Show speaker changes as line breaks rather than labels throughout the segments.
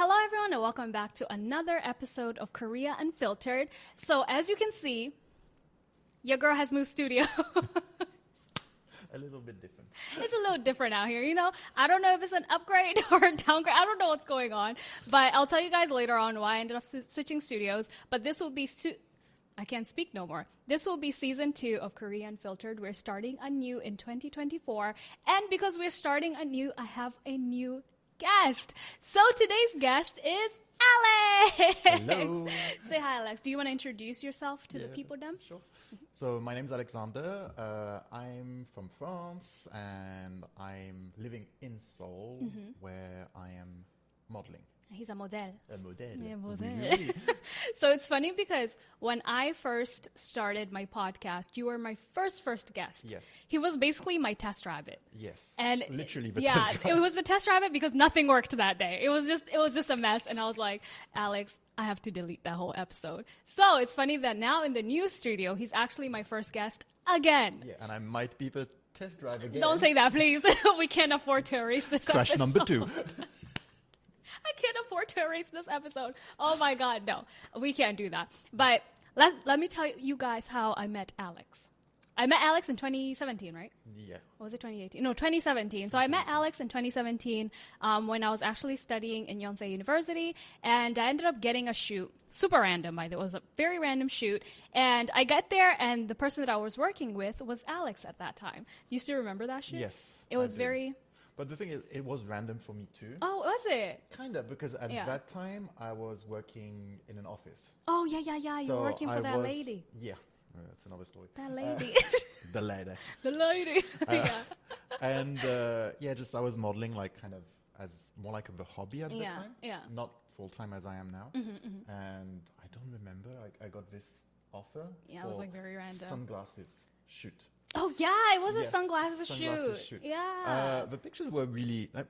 everyone, and welcome back to another episode of Korea Unfiltered. So, as you can see, your girl has moved studio.
A little bit different.
it's a little different out here, you know? I don't know if it's an upgrade or a downgrade. I don't know what's going on, but I'll tell you guys later on why I ended up sw- switching studios. But this will be. Su- I can't speak no more. This will be season two of Korea Unfiltered. We're starting anew in 2024. And because we're starting anew, I have a new guest. So today's guest is Alex.
Hello.
Say hi, Alex. Do you want to introduce yourself to the
Yeah,
people, Dem?
Sure. So my name's Alexander. Uh, I'm from France, and I'm living in Seoul,
Mm-hmm.
where I am modeling.
He's a model.
A model.
Yeah,
Oui,
model.
oui, oui.
So it's funny because when I first started my podcast, you were my first first guest.
Yes.
He was basically my test rabbit.
yes.
And
literally, the
yeah,
test
it
drive.
was the test rabbit because nothing worked that day. It was just it was just a mess, and I was like, Alex, I have to delete that whole episode. So it's funny that now in the new studio, he's actually my first guest again.
Yeah, and I might be the test drive again.
Don't say that, please. we can't afford to erase this.
crash
episode.
number two.
I can't afford to erase this episode. Oh my god, no, we can't do that. But let let me tell you guys how I met Alex. I met Alex in 2017, right?
yeah.
Or was it 2018? No, 2017. So I met Alex in 2017 um, when I was actually studying in Yonsei University, and I ended up getting a shoot, super random. By the way, it was a very random shoot, and I got there, and the person that I was working with was Alex at that time. You still remember that shoot?
Yes,
It
I
was
do.
very.
But the thing is, it was random for me too.
Oh, was it?
Kinda because at
Yeah.
that time I was working in an office.
Oh yeah, yeah, yeah. You were
So
working for
I
that
was-
lady.
Yeah, Uh, Uh, that's another story.
That lady.
the lady.
the lady. yeah.
and uh, yeah, just I was modeling like kind of as more like of a hobby at
Yeah,
the time.
yeah. Mm-hmm,
Not full time as I am now. And I don't remember. I, I got this offer.
Yeah, it was,
for
like, very random.
Sunglasses shoot.
Oh yeah, it was a
Yes,
sunglasses,
sunglasses
shoot.
shoot.
Yeah.
Uh, the pictures were really like,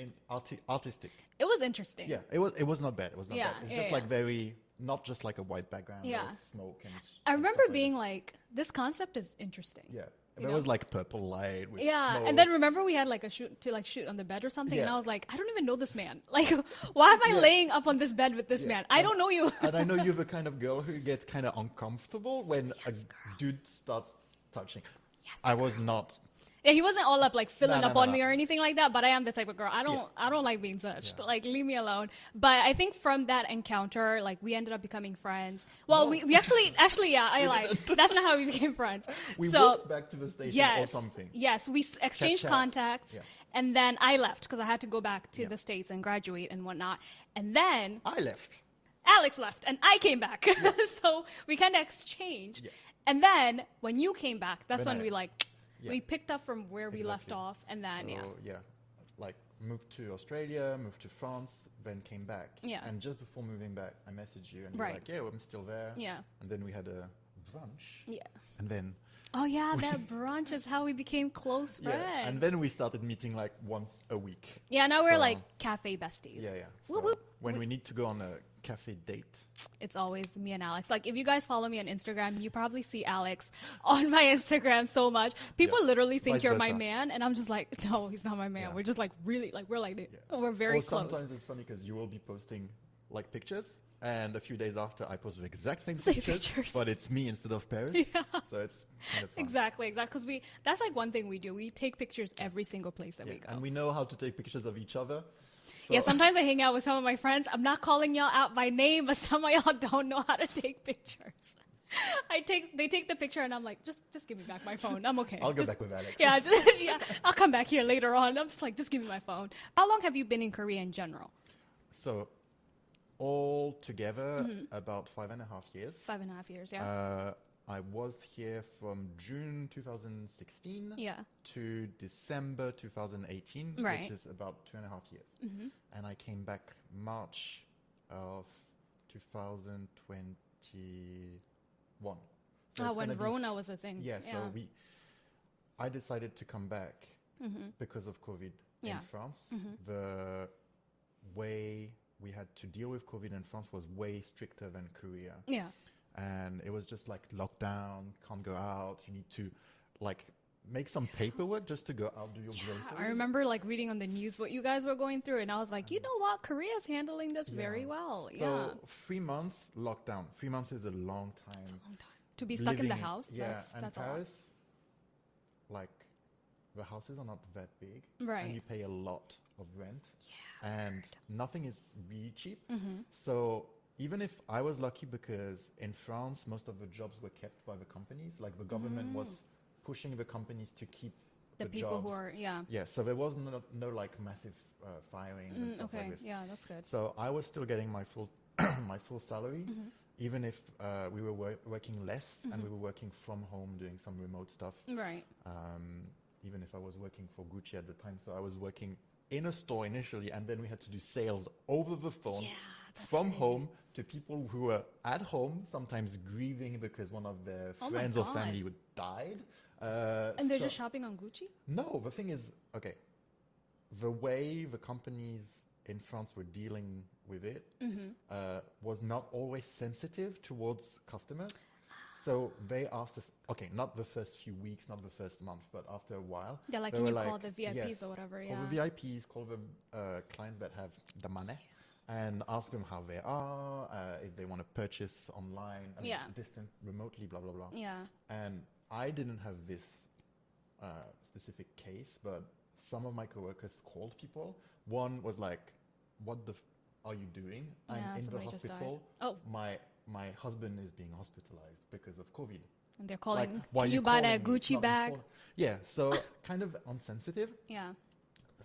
in arti- artistic.
it was interesting.
Yeah, it was it was not bad. It was not
Yeah,
bad. It's
yeah,
just
yeah.
like very not just like a white background. there
Yeah.
was smoke and.
I
s- and
remember
stuff like
being like, this concept is interesting.
that. Yeah,
you know?
there was like purple light with
Yeah,
smoke.
and then remember we had like a shoot to like shoot on the bed or something, and
Yeah.
I was like, I don't even know this man. Like, why am I
Yeah.
laying up on this bed with this
Yeah.
man? I don't know you.
and I know you're the kind of girl who gets kind of uncomfortable when a dude starts touching.
Yes,
I was not.
yeah, he wasn't all up like filling
no,
up
no,
on
no.
me or anything like that. But I am the type of girl. I don't. I don't like being touched.
Yeah.
Like, leave me alone. But I think from that encounter, like we ended up becoming friends. Well,
No.
we, we actually actually yeah, I lied. That's not how we became friends.
We
so
walked back to the station
yes,
or something.
yes, we s- exchanged
chat.
contacts,
Yeah.
and then I left because I had to go back to
Yeah.
the states and graduate and whatnot. And then
I left.
Alex left and I came back. so we kind of exchanged.
Yeah.
And then when you came back, that's
Then
when
I-
we like
Yeah.
we picked up from where we left
Exactly.
off and then
So,
yeah.
Like moved to Australia, moved to France, then came back.
Yeah.
And just before moving back, I messaged you and
Right.
you were like, "Yeah, well, I'm still there."
Yeah.
And then we had a brunch.
Yeah.
And then
Oh yeah, that brunch is how we became close friends.
yeah, and then we started meeting like once a week.
Yeah, now we're
So-
like cafe besties.
Yeah, yeah.
Whoop,
So
whoop.
When we need to go on a cafe date.
It's always me and Alex. Like if you guys follow me on Instagram, you probably see Alex on my Instagram so much. People
Yeah.
literally think
Vice
you're my
versa.
man and I'm just like, no, he's not my man.
Yeah.
We're just like really like we're like
Yeah.
Oh, we're very
or
close.
Sometimes it's funny because you will be posting like pictures, and a few days after I post the exact same,
Same
pictures,
pictures.
but it's me instead of Paris. So it's kind of fun.
Exactly, exactly. Because we that's like one thing we do. We take pictures every single place that
Yeah,
we go.
And we know how to take pictures of each other. So
yeah, sometimes I hang out with some of my friends. I'm not calling y'all out by name, but some of y'all don't know how to take pictures. I take they take the picture and I'm like, just just give me back my phone. I'm okay.
I'll go
Just-
back with Alex.
Yeah, just, yeah. I'll come back here later on. I'm just like, just give me my phone. How long have you been in Korea in general?
So all together, about five and a half years.
Mm-hmm. Five and a half years. Yeah.
Uh, I was here from June 2016
Yeah.
to December 2018,
Right. Mm-hmm.
which is about two and a half years. And I came back March of 2021. So
Ah,
it's
when
gonna be-
Rona was a thing.
yeah, so we, I decided to come back because of COVID
Mm-hmm. Yeah. Mm-hmm.
in France. The way we had to deal with COVID in France was way stricter than Korea
yeah.
and it was just like lockdown, can't go out. You need to like make some paperwork just to go out do your groceries.
I remember like reading on the news what you guys were going through, and I was like, you know what, Korea's handling this very well.
So
yeah,
three months lockdown. Three months is a long time.
Long time. to be stuck in the
living
house.
Yeah,
that's,
and
that's a lot.
Paris, like the houses are not that big,
Right.
And you pay a lot of rent, yeah, and nothing is really cheap.
Mm-hmm.
So even if I was lucky, because in France most of the jobs were kept by the companies, like the government was pushing the companies to keep
Mm. The, people
jobs.
who are yeah.
yeah. So there was no, no like massive uh, firing and
Mm,
stuff
okay,
like this.
yeah, that's good.
So I was still getting my full my full salary,
Mm-hmm.
even if uh, we were wor- working less and we were working from home doing some remote stuff.
Right.
Um, even if I was working for Gucci at the time, so I was working in a store initially, and then we had to do sales over the phone
Yeah, that's
from
crazy.
home to people who were at home, sometimes grieving because one of their
Oh my
friends or
God.
family would died. Uh,
And they're
so-
just shopping on Gucci.
no, the thing is, okay, the way the companies in France were dealing with it
Mm-hmm.
uh, was not always sensitive towards customers. So they asked us, okay, not the first few weeks, not the first month, but after a while.
They're like,
they
"Can
were
you call the VIPs
yes,
or whatever?"
Call the
Yeah.
VIPs, call the uh, clients that have the money. And ask them how they are, uh, if they want to purchase online, I mean,
Yeah.
distant, remotely, blah blah blah.
Yeah.
And I didn't have this uh, specific case, but some of my coworkers called people. One was like, "What the f- are you doing? I'm
Yeah,
in the
somebody just died.
hospital.
Oh.
My my husband is being hospitalized because of COVID.
And they're calling. Can
why are
you, buy that
calling me? It's
Gucci
not
bag?
important." Yeah. So kind of unsensitive.
Yeah.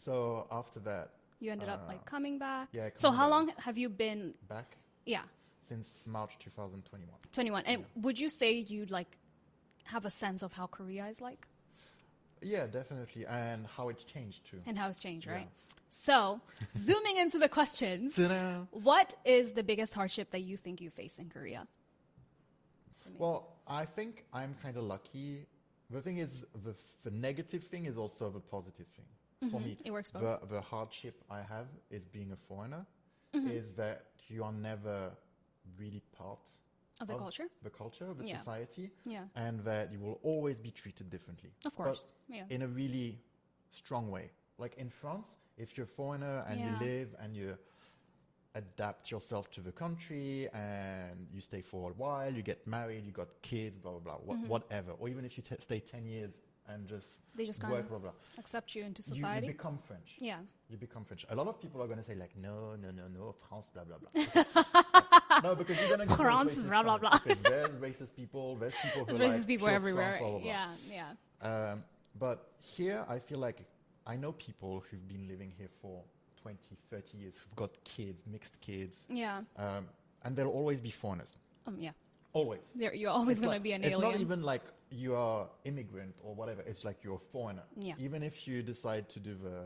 So after that,
You ended up like coming back.
Ah. yeah,
so
coming
how
back.
long have you been?
back
Yeah,
since March 2021.
21. And would you say you like have a sense of how Korea is like
Yeah, definitely. And how it changed too.
and how it's changed, right?
Yeah.
So zooming into the questions,
Ta-da.
what is the biggest hardship that you think you face in Korea?
Well, I think I'm kind of lucky. The thing is, the, the negative thing is also the positive thing for me.
Mm-hmm. It works
The,
both.
the hardship I have is being a foreigner,
Mm-hmm.
is that you are never really part
Of the culture?
the culture, of the
Yeah.
society,
Yeah.
and that you will always be treated differently.
Of
But
course, yeah.
In a really strong way. Like in France, if you're a foreigner and
Yeah.
you live and you adapt yourself to the country and you stay for a while, you get married, you got kids, blah, blah, blah, wha- whatever. Or even if you t- stay 10 years and just,
Mm-hmm. They just
work,
kinda-
blah, blah.
Accept you into
You-
society?
You, become French.
yeah.
You become French. A lot of people are going to say, like, no, no, no, no, France, blah, blah, blah. no, because you're going to get those
France,
racist
blah, blah,
comments,
blah.
Because there's racist people, there's people who
There's
are
racist
like,
people
pure
everywhere.
France, blah, blah, blah.
Yeah, yeah.
Um, but here, I feel like I know people who've been living here for 20, 30 years, who've got kids, mixed kids,
Yeah.
um, and they'll always be foreigners.
Um, yeah.
Always.
There, you're always
It's
going
like-
to be an
it's
alien.
not even like you are immigrant or whatever. It's like you're a foreigner.
Yeah.
Even if you decide to do the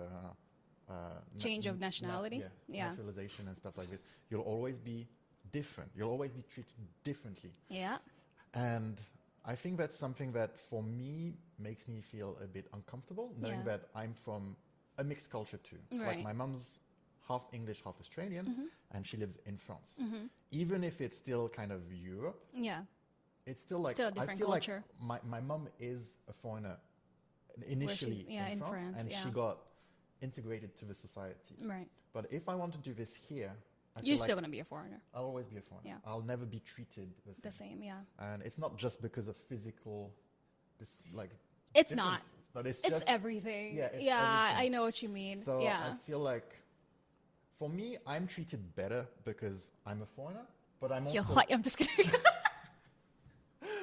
uh, na-
Change of
na-
nationality? Yeah.
yeah, naturalization and stuff like this, you'll always be different. You'll always be treated differently.
yeah.
And I think that's something that for me makes me feel a bit uncomfortable, knowing
Yeah.
that I'm from a mixed culture too.
Right. Mm-hmm.
Like my mum's half English, half Australian, and she lives in France.
Mm.
Even if it's still kind of Europe,
Yeah.
it's still like
Still a
I
different
feel
culture.
like my my mum is a foreigner initially
yeah,
in,
in
France,
France,
and she
yeah.
got integrated to the society.
Right.
But if I want to do this here, I
You're
feel
still
like
going to be a foreigner.
I'll always be a foreigner.
Yeah.
I'll never be treated
The
the same
same, yeah.
and it's not just because of physical this like
It's not.
differences, but it's,
It's
just
everything.
yeah, it's everything.
I know what you mean.
so
yeah.
i feel like for me i'm treated better because i'm a foreigner but i'm
You're
also
white. I'm just kidding.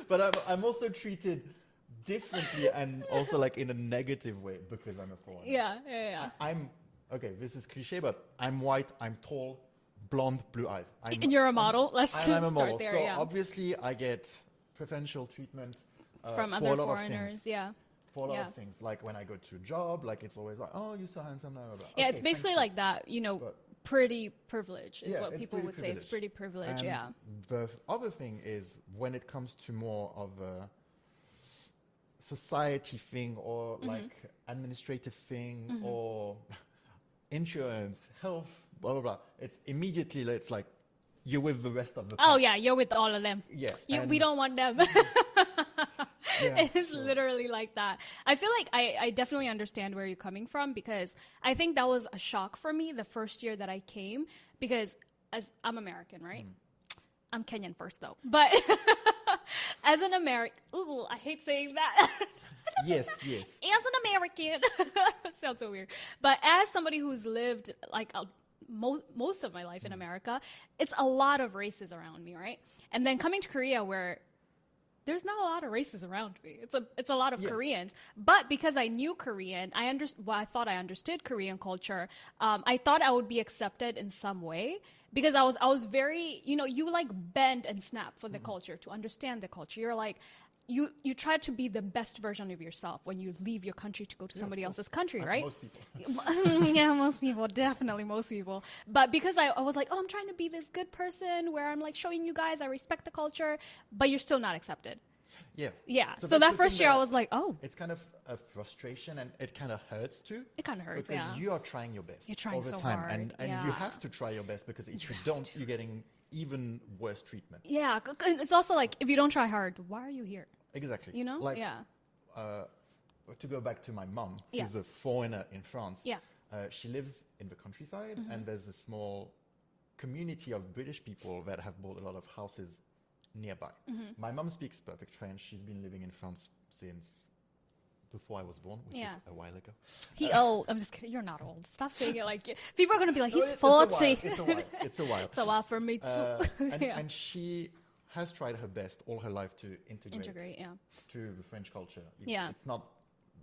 but I'm, I'm also treated differently and also like in a negative way because i'm a foreigner
yeah, yeah, yeah.
I, am okay this is cliche but i'm white i'm tall blonde blue eyes I'm,
and you're a model. Let's
and I'm a
start
model
there.
so
yeah.
obviously i get preferential treatment uh,
From
for
other
a lot of things.
foreigners. Yeah.
for a lot
Yeah.
of things. Like when I go to a job, like it's always like, oh, you're so handsome. Blah, blah, blah.
Yeah,
Okay,
it's basically
thank you.
like that, you know,
But-
pretty privilege is
Yeah,
what
it's
people
pretty
would say. It's pretty privilege,
And
yeah.
The f- other thing is when it comes to more of a society thing or
Mm-hmm.
like administrative thing or insurance, health, blah blah blah. It's immediately it's like you're with the rest of the.
Oh
pack.
yeah, you're with all of them.
Yeah,
You, we
and-
don't want them.
Yeah,
it's
sure.
literally like that. I feel like I, I definitely understand where you're coming from because I think that was a shock for me the first year that I came because as I'm American, right?
Mm.
I'm Kenyan first though, but as an American, ooh, I hate saying that.
yes, yes.
as an American, It sounds so weird, but as somebody who's lived like a, mo- most of my life in
Mm.
America, it's a lot of races around me, right? And then coming to Korea, where there's not a lot of races around me. It's a it's a lot of
Yeah.
Koreans, but because I knew Korean, I under well, I thought I understood Korean culture. Um, I thought I would be accepted in some way because I was I was very you know you like bend and snap for the
Mm-hmm.
culture to understand the culture. You're like. You, you try to be the best version of yourself when you leave your country to go to somebody else's country,
Like
right?
Most people.
yeah, most people, definitely most people. But because I, I was like, oh, I'm trying to be this good person where I'm like showing you guys I respect the culture, but you're still not accepted.
Yeah.
Yeah. So,
that's
that
the
first
thing
year, I
that-
was like, oh,
It's kind of a frustration, and it kind of hurts too.
It kinda hurts,
because
yeah.
you are trying your best.
You're trying
all the
so
time, and
hard,
and you
yeah.
have to try your best because if you, don't, you're getting even worse treatment.
yeah. c- c- It's also like, if you don't try hard, why are you here?
Exactly.
You know?
Like,
yeah.
uh, to go back to my mum,
Yeah.
who's a foreigner in France.
Yeah. Mm-hmm.
Uh, she lives in the countryside, and there's a small community of British people that have bought a lot of houses nearby.
Mm-hmm.
My mum speaks perfect French. She's been living in France since before I was born, which
Yeah.
is a while ago.
He old. I'm just kidding. You're not old. Stop saying it like people are going to be like,
No,
he's
it-
40.
It's a while. It's a while. It's a while.
It's a while for me too.
Uh, and,
yeah.
and she has tried her best all her life to integrate,
Integrate, yeah.
to the French culture. It-
Yeah.
It's not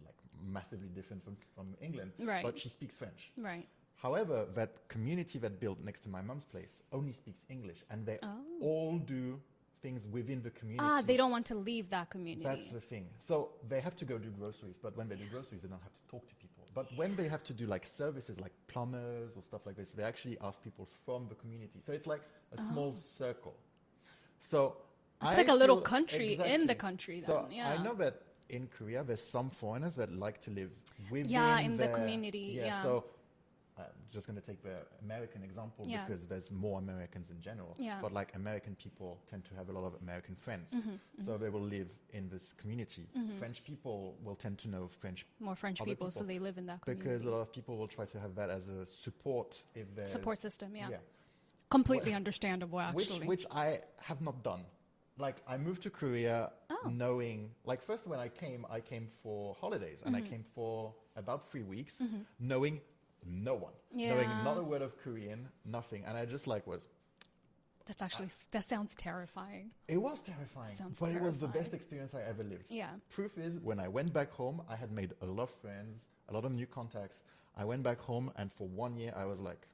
like massively different from, from England,
Right.
but she speaks French.
Right.
However, that community that built next to my mum's place only speaks English and they all do things within the community.
Oh. Ah, they don't want to leave that community.
That's the thing. So they have to go do groceries, but when they do groceries, they don't have to talk to people. But when they have to do like services, like plumbers or stuff like this, they actually ask people from the community. So it's like a small circle. So
Oh. It's like a little country in the country
So
then, yeah.
I know that in Korea, there's some foreigners that like to live within
in the
their-
community, yeah.
So I'm just going to take the American example
Yeah.
because there's more Americans in general.
Yeah. Mm-hmm,
But like American people tend to have a lot of American friends. So they will live in this community. French people will tend to know French
More French
other
people, so they live in that community.
because a lot of uh, people will try to have that as a support if there's
Support system, yeah.
yeah.
Completely understandable,
Which
actually.
which I have not done. Like I moved to Korea
Oh.
knowing like first when I came I came for holidays and
Mm-hmm.
I came for about 3 weeks knowing no one. Knowing
Yeah.
not a word of Korean, nothing and I just like was
That's actually that sounds terrifying.
It was terrifying,
Sounds
but it was the
terrifying.
best experience I ever lived.
Yeah.
Proof is, when I went back home, I had made a lot of friends, a lot of new contacts. I went back home, and for one year, I was like,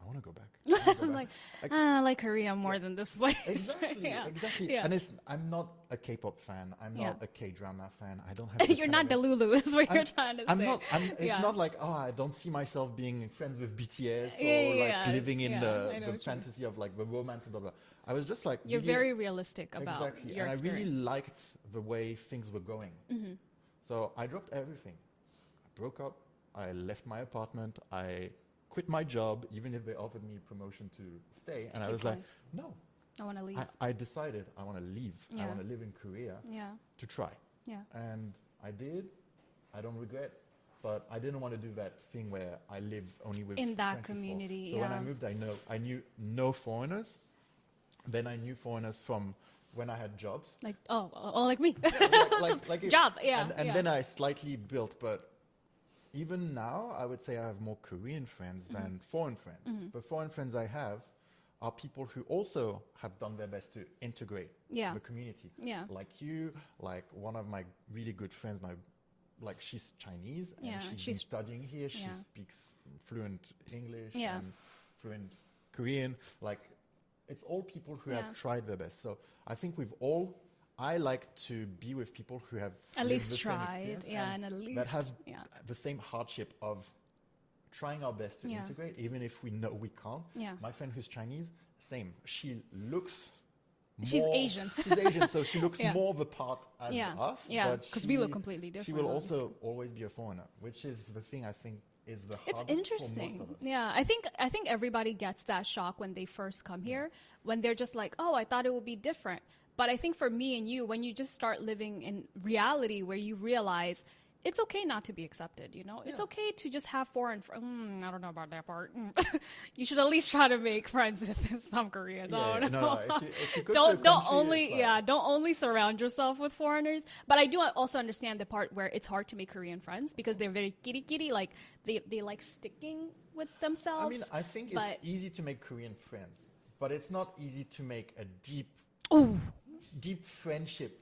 I want to go back. I wanna go
I'm
back.
like,
Like-
ah, I like Korea more than this place.
exactly,
yeah.
exactly.
Yeah.
And it's, I'm not a K-pop fan. I'm
Yeah.
not a K-drama fan. I don't have. this
you're
kind
not
of-
Delulu, is what
I'm-
you're trying to
I'm
say.
not. I'm, it's
Yeah.
not like oh, I don't see myself being friends with BTS or
Yeah, yeah,
like
yeah.
living in
Yeah, I know
the,
what you
the
mean.
fantasy of like the romance and blah blah. I was just like
You're
really-
very realistic about
exactly.
your
and
experience. Mm-hmm.
I really liked the way things were going. So I dropped everything. I broke up. I left my apartment. I quit my job, even if they offered me promotion to stay. And I
keep
was like, no.
I want to leave.
I, I decided I want to leave. I
Yeah.
want to live in Korea
yeah,
to try.
yeah,
And I did. I don't regret. But I didn't want to do that thing where I live only with
In that
French people.
community,
So when I
yeah.
moved, I know I knew no foreigners. Then I knew foreigners from when I had jobs.
like oh, oh, oh, like me.
like, like, like it-
Job, yeah,
And, and
yeah.
then I slightly built, but even now, I would say I have more Korean friends
Mm-hmm.
than foreign friends. The foreign friends I have are people who also have done their best to integrate
Yeah.
the community.
Yeah.
Like you, like one of my really good friends, my like she's Chinese and
Yeah,
she's,
she's-
been studying here. She
yeah.
speaks fluent English
Yeah.
and fluent Korean. Like it's all people who
Yeah.
have tried their best. So I think we've all. I like to be with people who have
At
lived
least
the same
tried,
experience
yeah, and at
that have
least- yeah.
the same hardship of trying our best to
Yeah.
integrate, even if we know we can't.
Yeah.
My friend who's Chinese, same. She looks.
She's
more-
Asian.
She's Asian, so she looks
Yeah.
more the part as
Yeah,
us.
yeah,
but
'cause we look
she-
completely
She
different,
will also
obviously.
always be a foreigner, which is the thing I think is the
It's
hardest For most
interesting.
of us.
Yeah, I think I think everybody gets that shock when they first come here, when they're just like, "Oh, I thought it would be different." But I think for me and you, when you just start living in reality where you realize it's okay not to be accepted, you know? It's
Yeah.
okay to just have foreign friends. Mm, I don't know about that part. Mm. you should at least try to make friends with some Koreans.
Yeah,
I
yeah.
don't
No,
know.
no, if you- if you go to a
don't don't
country,
only
it's like-
yeah, don't only surround yourself with foreigners. But I do also understand the part where it's hard to make Korean friends because they're very giddy giddy, like they, they like sticking with themselves.
I mean, I think it's
but-
easy to make Korean friends, but it's not easy to make a deep, deep friendship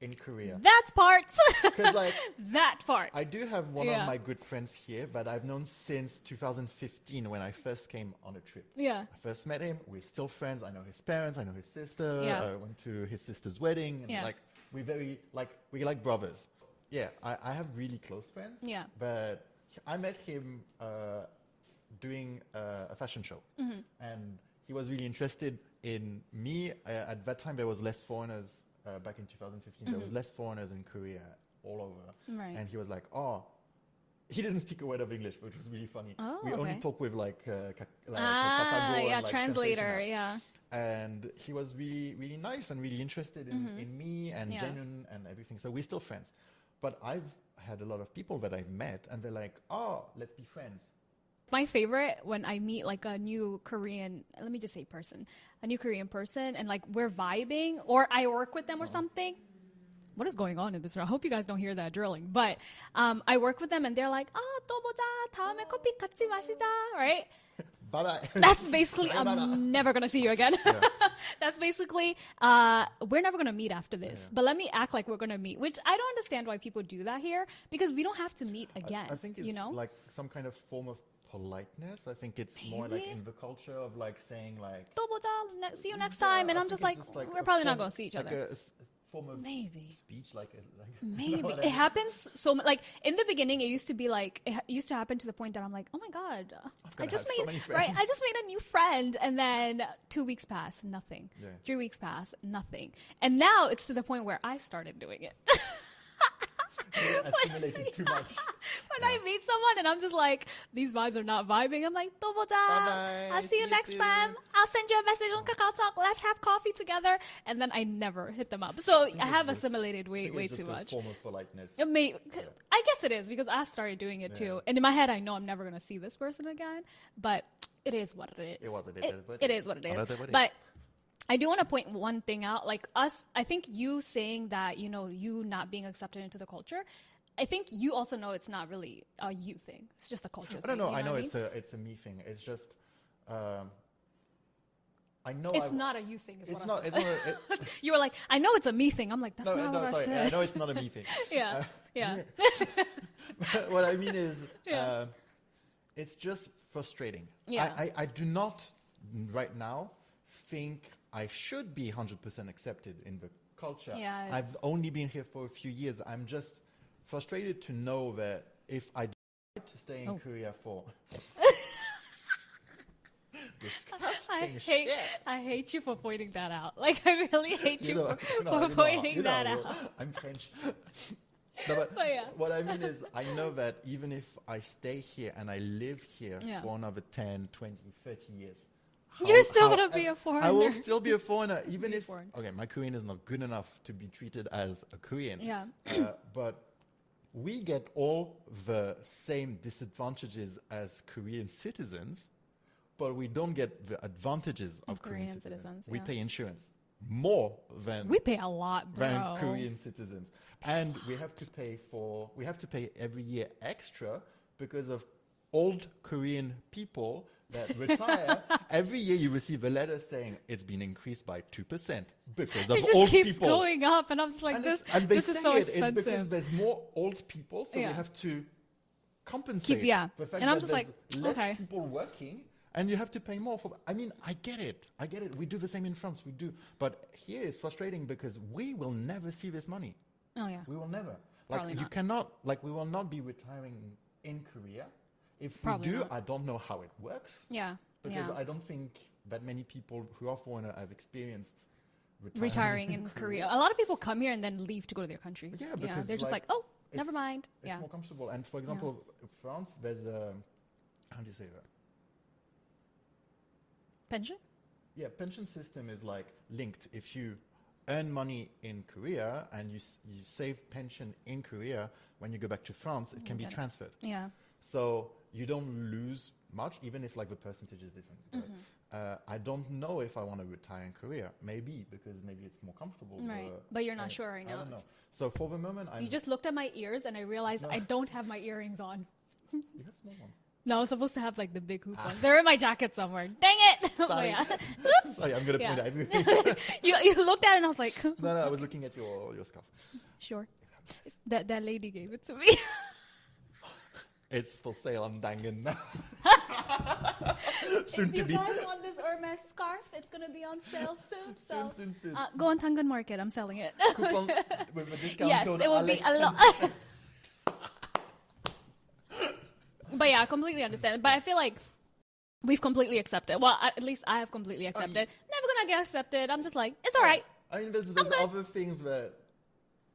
in Korea.
That's parts.
Because like,
that part.
I do have one
Yeah.
of my good friends here that I've known since 2015 when I first came on a trip.
Yeah.
I first met him. We're still friends. I know his parents. I know his sister.
Yeah.
I went to his sister's wedding. And
Yeah.
Like we very like we like brothers. Yeah, I, I have really close friends.
Yeah.
But I met him uh, doing uh, a fashion show,
Mm-hmm.
and he was really interested in me. Uh, at that time, there was less foreigners. Uh, back in 2015, there was less foreigners in Korea all over.
Mm-hmm. Right.
And he was like, "Oh." He didn't speak a word of English, which was really funny.
Oh,
we only
okay.
talk with like, uh, kak- like
Ah,
Papago and,
yeah,
like,
translator,
translation apps
yeah.
and he was really really nice and really interested in, in me and
Mm-hmm. Yeah.
genuine and everything so we're still friends but i've had a lot of people that i've met and they're like oh let's be friends
My favorite when I meet like a new Korean, let me just say person, a new Korean person, and like we're vibing or I work with
Oh.
them or something. What is going on in this room? I hope you guys don't hear that drilling. But um, I work with them and they're like, ah, 또 보자.
Oh.
다음에 커피 같이 마시자. Right?
bye bye
That's basically, I'm
um,
never going to see you again. That's basically, uh, we're never going to meet after this. But let me act like we're going to meet, which I don't understand why people do that here because we don't have to meet again.
i think
you
it's
know?
like some kind of form of politeness i think it's more like
Maybe?
in the culture of like saying like
"또 보자, ne- see you next
yeah,
time. And
I
I'm just
think it's
like, we're
a
probably not
form-
going to see each
like
other.
a s- form of s-
Maybe.
speech like, a, like
Maybe
what
it
I mean?
happens so mu- like in the beginning it used to be like it ha- used to happen to the point that I'm like oh my god uh, I
gonna
just
have so
made
many
right I
friends.
just made a new friend and then two weeks pass nothing
Yeah.
three weeks pass nothing and now it's to the point where I started doing it
assimilated too much
when I meet someone and I'm just like these vibes are not vibing I'm like "Dobo da.
Bye-bye.
I'll see you
See you
next time
soon."
I'll send you a message on Kakao Talk let's have coffee together and then I never hit them up so I
it's
have
just-
assimilated
I
way
think
way
it's
too
just a
much
form of politeness
It may, I guess it is because I've started doing it too,
Yeah.
and in my head I know I'm never gonna see this person again. But it is what it is.
It was- it is what it
it
is.
is what it
I know that
is.
what it is.
But I do want to point one thing out. Like us, I think you saying that you know you not being accepted into the culture. I think you also know it's not really a you thing. It's just a culture.
I
thing,
don't know.
you
I
what
know
mean?
it's a it's a me thing. It's just um, I know
It's
I,
not a you thing. Is
It's
what
not.
I
It's
said.
not. A, it,
you were like, I know it's a me thing. I'm like, that's
no,
not
no,
what
sorry.
I
I
said.
know it's not a me thing.
yeah,
Uh,
yeah,
what I mean is,
Yeah.
uh, it's just frustrating.
Yeah.
I, I, I do not right now think I should be 100% accepted in the culture.
Yeah.
I've only been here for a few years. I'm just frustrated to know that if I decide to stay in
Oh.
Korea for.
I
Disgusting
hate,
shit.
I hate you for pointing that out. Like, I really hate you,
know,
for,
you know,
for
you know,
pointing
you know,
that
well,
out.
I'm French. No, but
But yeah.
What I mean is, I know that even if I stay here and I live here
Yeah.
for another 10, 20, 30 years,
You're
how-
still
how-
gonna be
I-
a
I will
foreigner.
still be a foreigner, even
Be a
if
foreigner.
okay, my Korean is not good enough to be treated as a Korean.
Yeah.
uh, but we get all the same disadvantages as Korean citizens, but we don't get the advantages of Korean,
Korean
citizens.
citizens,
We
yeah.
pay insurance more than
We pay a lot, bro.
than Korean citizens. And we have to pay for we have to pay every year extra because of old Korean people that retire. every year you receive a letter saying it's been increased by two percent because of
It just
old
keeps
people.
going up, and I'm just like,
and,
this,
it's- and they
this
say
is so
it, it's
expensive.
because there's more old people, so
Yeah.
we have to compensate
yeah.
the fact
And I'm
that
just like,
there's less
okay.
people working and you have to pay more for I mean I get it. I get it. We do the same in France, we do. But here it's frustrating because we will never see this money.
oh yeah,
We will never. Like
Probably not.
you cannot. Like we will not be retiring in Korea. If
Probably
we do,
not.
I don't know how it works
yeah,
because
yeah.
I don't think that many people who are foreigner have experienced retiring,
Retiring in Korea, a lot of people come here and then leave to go to their country.
Yeah, because
they're just like,
like,
oh,
it's-
never mind.
It's
Yeah,
more comfortable. And for example, France, there's a how do you say that?
pension.
Yeah, pension system is like linked. If you earn money in Korea and you, s- you save pension in Korea, when you go back to France, it can be
Okay.
transferred.
Yeah.
So you don't lose much, even if like the percentage is different. But,
Mm-hmm.
Uh, I don't know if I want to retire in Korea. Maybe because maybe it's more comfortable.
Right.
uh,
But you're not
I-
sure right
I
now.
don't
It's-
know. So for the moment, I'm.
You just looked at my ears and I realized
No.
I don't have my earrings on.
You have small ones.
No, I was supposed to have like the big hoop
Ah.
on. They're in my jacket somewhere. Dang it! Oh,
Sorry.
yeah.
Sorry, I'm gonna
Yeah.
point at everything.
you, you looked at it and I was like,
no, no, I was looking at your your scarf.
sure. That, that lady gave it to me.
It's for sale on Dangan now. soon
if
to
you
be.
guys want this Hermes scarf, it's going to be on sale soon. So
Soon, soon, soon.
Uh, go on Tangan Market. I'm selling it.
Coupon with a discount
yes,
code
it will be a
Alex10.
lot. but yeah, I completely understand. But I feel like we've completely accepted. Well, I- at least I have completely accepted. Never gonna get accepted. I'm just like, it's all right.
I mean, there's, there's
good.
other things that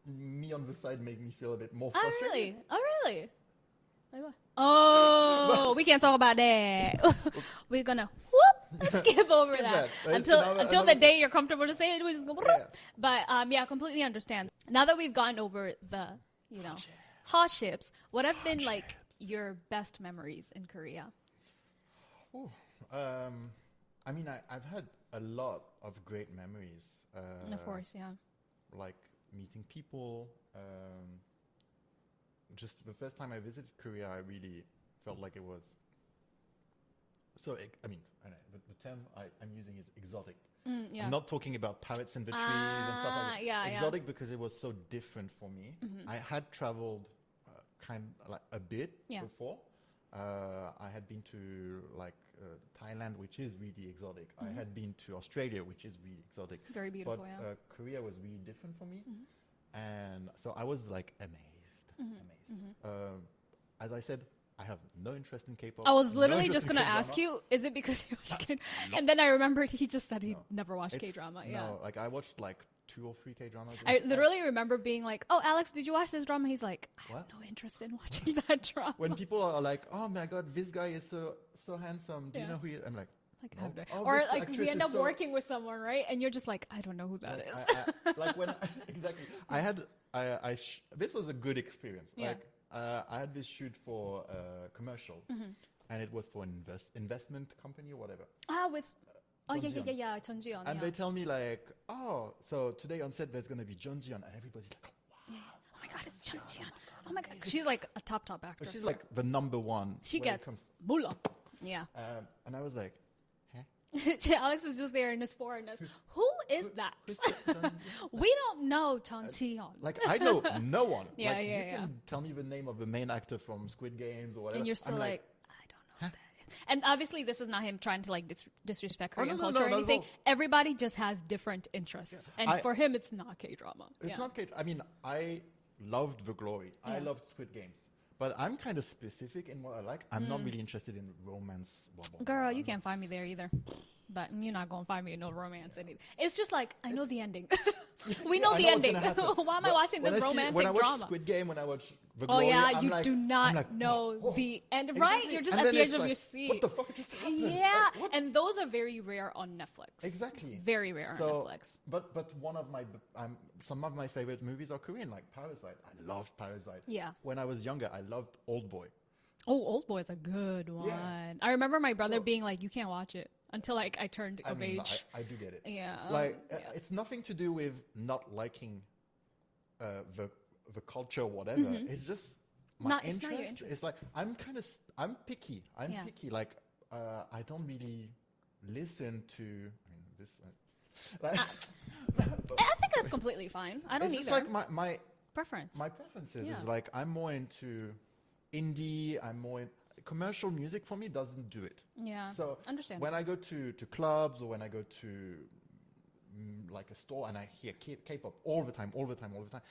me on the side make me feel a bit more
Oh
frustrated.
really? Oh really? Like what? Oh, we can't talk about that. We're gonna whoop skip over
Skip
that,
that. It's
until
another-
until the
another-
day you're comfortable to say it. We just go. whoop.
Yeah.
But um, yeah, I completely understand. Now that we've gone over the you know hardships, what have been like your best memories in Korea?
Ooh, um, I mean, I, I've had a lot of great memories. Uh,
of course, yeah.
Like meeting people. Um, just the first time I visited Korea, I really felt like it was. So, ex- I mean, I know, the, the term I, I'm using is exotic.
Mm, yeah.
I'm not talking about parrots in the trees and stuff
Ah,
like that.
yeah, Mm-hmm. yeah.
Exotic because it was so different for me. I had traveled uh, kind like a bit
Yeah.
before. Uh, I had been to like uh, Thailand, which is really exotic.
Mm-hmm.
I had been to Australia, which is really exotic.
Very beautiful,
But
yeah. Mm-hmm.
uh, Korea was really different for me, and so I was like amazed, amazed. Um, as I said, I have no interest in K-pop.
Mm-hmm. I was
no
literally
interest
just
in
gonna
K-drama.
ask you, is it because you watch K? And then I remembered he just said he
No.
never watched K
It's-
drama. Yeah.
No, like I watched like two or three K dramas.
I literally remember being like, "Oh, Alex, did you watch this drama?" He's like, "I
What?
have no interest in watching that drama."
when people are like, "Oh my god, this guy is so so handsome. Do
Yeah.
you know who he is?" I'm like,
like, I
"No."
have no-
Oh,
or
this
like
actress
we end
is
up
so-"
working with someone, right? And you're just like, "I don't know who that
Like,
is."
I- I- like when I- exactly, I had I, I sh- this was a good experience.
Yeah.
Like uh, I had this shoot for a commercial,
Mm-hmm.
and it was for an invest investment company or whatever.
ah, with oh yeah
Jeon
yeah
Ji-yeon.
yeah yeah Chun Ji
And
Oh, yeah.
they tell me like, "Oh, so today on set there's gonna be John Jion," and everybody's like, "Wow."
Oh my god, it's Chun Ji Oh my god, she's like a top top actress.
She's like the number one.
she
when it
gets
comes-
mula. Yeah,
Um, and I was like, huh?
Alex is just there in his foreignness. Who is that?
Who's Uh, Chun
we don't know Chun Ji
Like I know no one.
Yeah,
like,
yeah,
You
yeah.
can tell me the name of the main actor from Squid Games or whatever.
and you're still
I'm
like, I don't know. What that is. And obviously, this is not him trying to like dis- disrespect
Oh,
Korean
no, no, no,
culture
not
or
at
anything.
all.
Everybody just has different interests, and
I-
for him, it's not K drama.
it's
yeah.
not. Kate. I mean, I loved The Glory. I
Yeah.
loved Squid Games. But I'm kind of specific in what I like. I'm not really interested in romance. Blah, blah,
Hmm. Girl,
blah.
you can't find me there either. But you're not gonna find me in no romance. Anything. It's just like I know the ending. we know
I
the
what's
ending.
gonna happen.
Why am I
But
watching
when
this
I see-
romantic
when I watch
drama?
Squid Game, when I watch The
Oh
Glory,
yeah,
I'm
you
like-
do
I'm
not
like,
know
whoa,
the end,
Exactly.
right? You're just
And
at
then
the edge
it's
of
like,
your seat.
What the fuck just happened? Like,
Yeah,
what
and those are very rare on Netflix.
Exactly.
Very rare on
So,
Netflix.
but but one of my b- um, some of my favorite movies are Korean, like Parasite. I love Parasite.
Yeah.
When I was younger, I loved Old Boy.
Oh, Old Boy's a good one. I remember my brother
So-
being like, "You can't watch it until like I turned
I
of
mean,
age."
I, I do get it.
Yeah,
Like
um,
uh, it's nothing to do with not liking uh, the the culture, or whatever. It's just my
Not- Mm-hmm. it's
interest.
not your interest.
It's like I'm kind of I'm picky. I'm
Yeah.
picky. Like uh, I don't really listen to. I mean, this. Uh, like,
I, I think that's completely fine. I don't
it's
either
just like my my
preference.
my preferences
Yeah.
is like I'm more into indie. I'm more in, commercial music for me doesn't do it.
Yeah,
So
understand.
when I go to to clubs or when I go to mm, like a store and I hear K- K-pop all the time, all the time, all the time.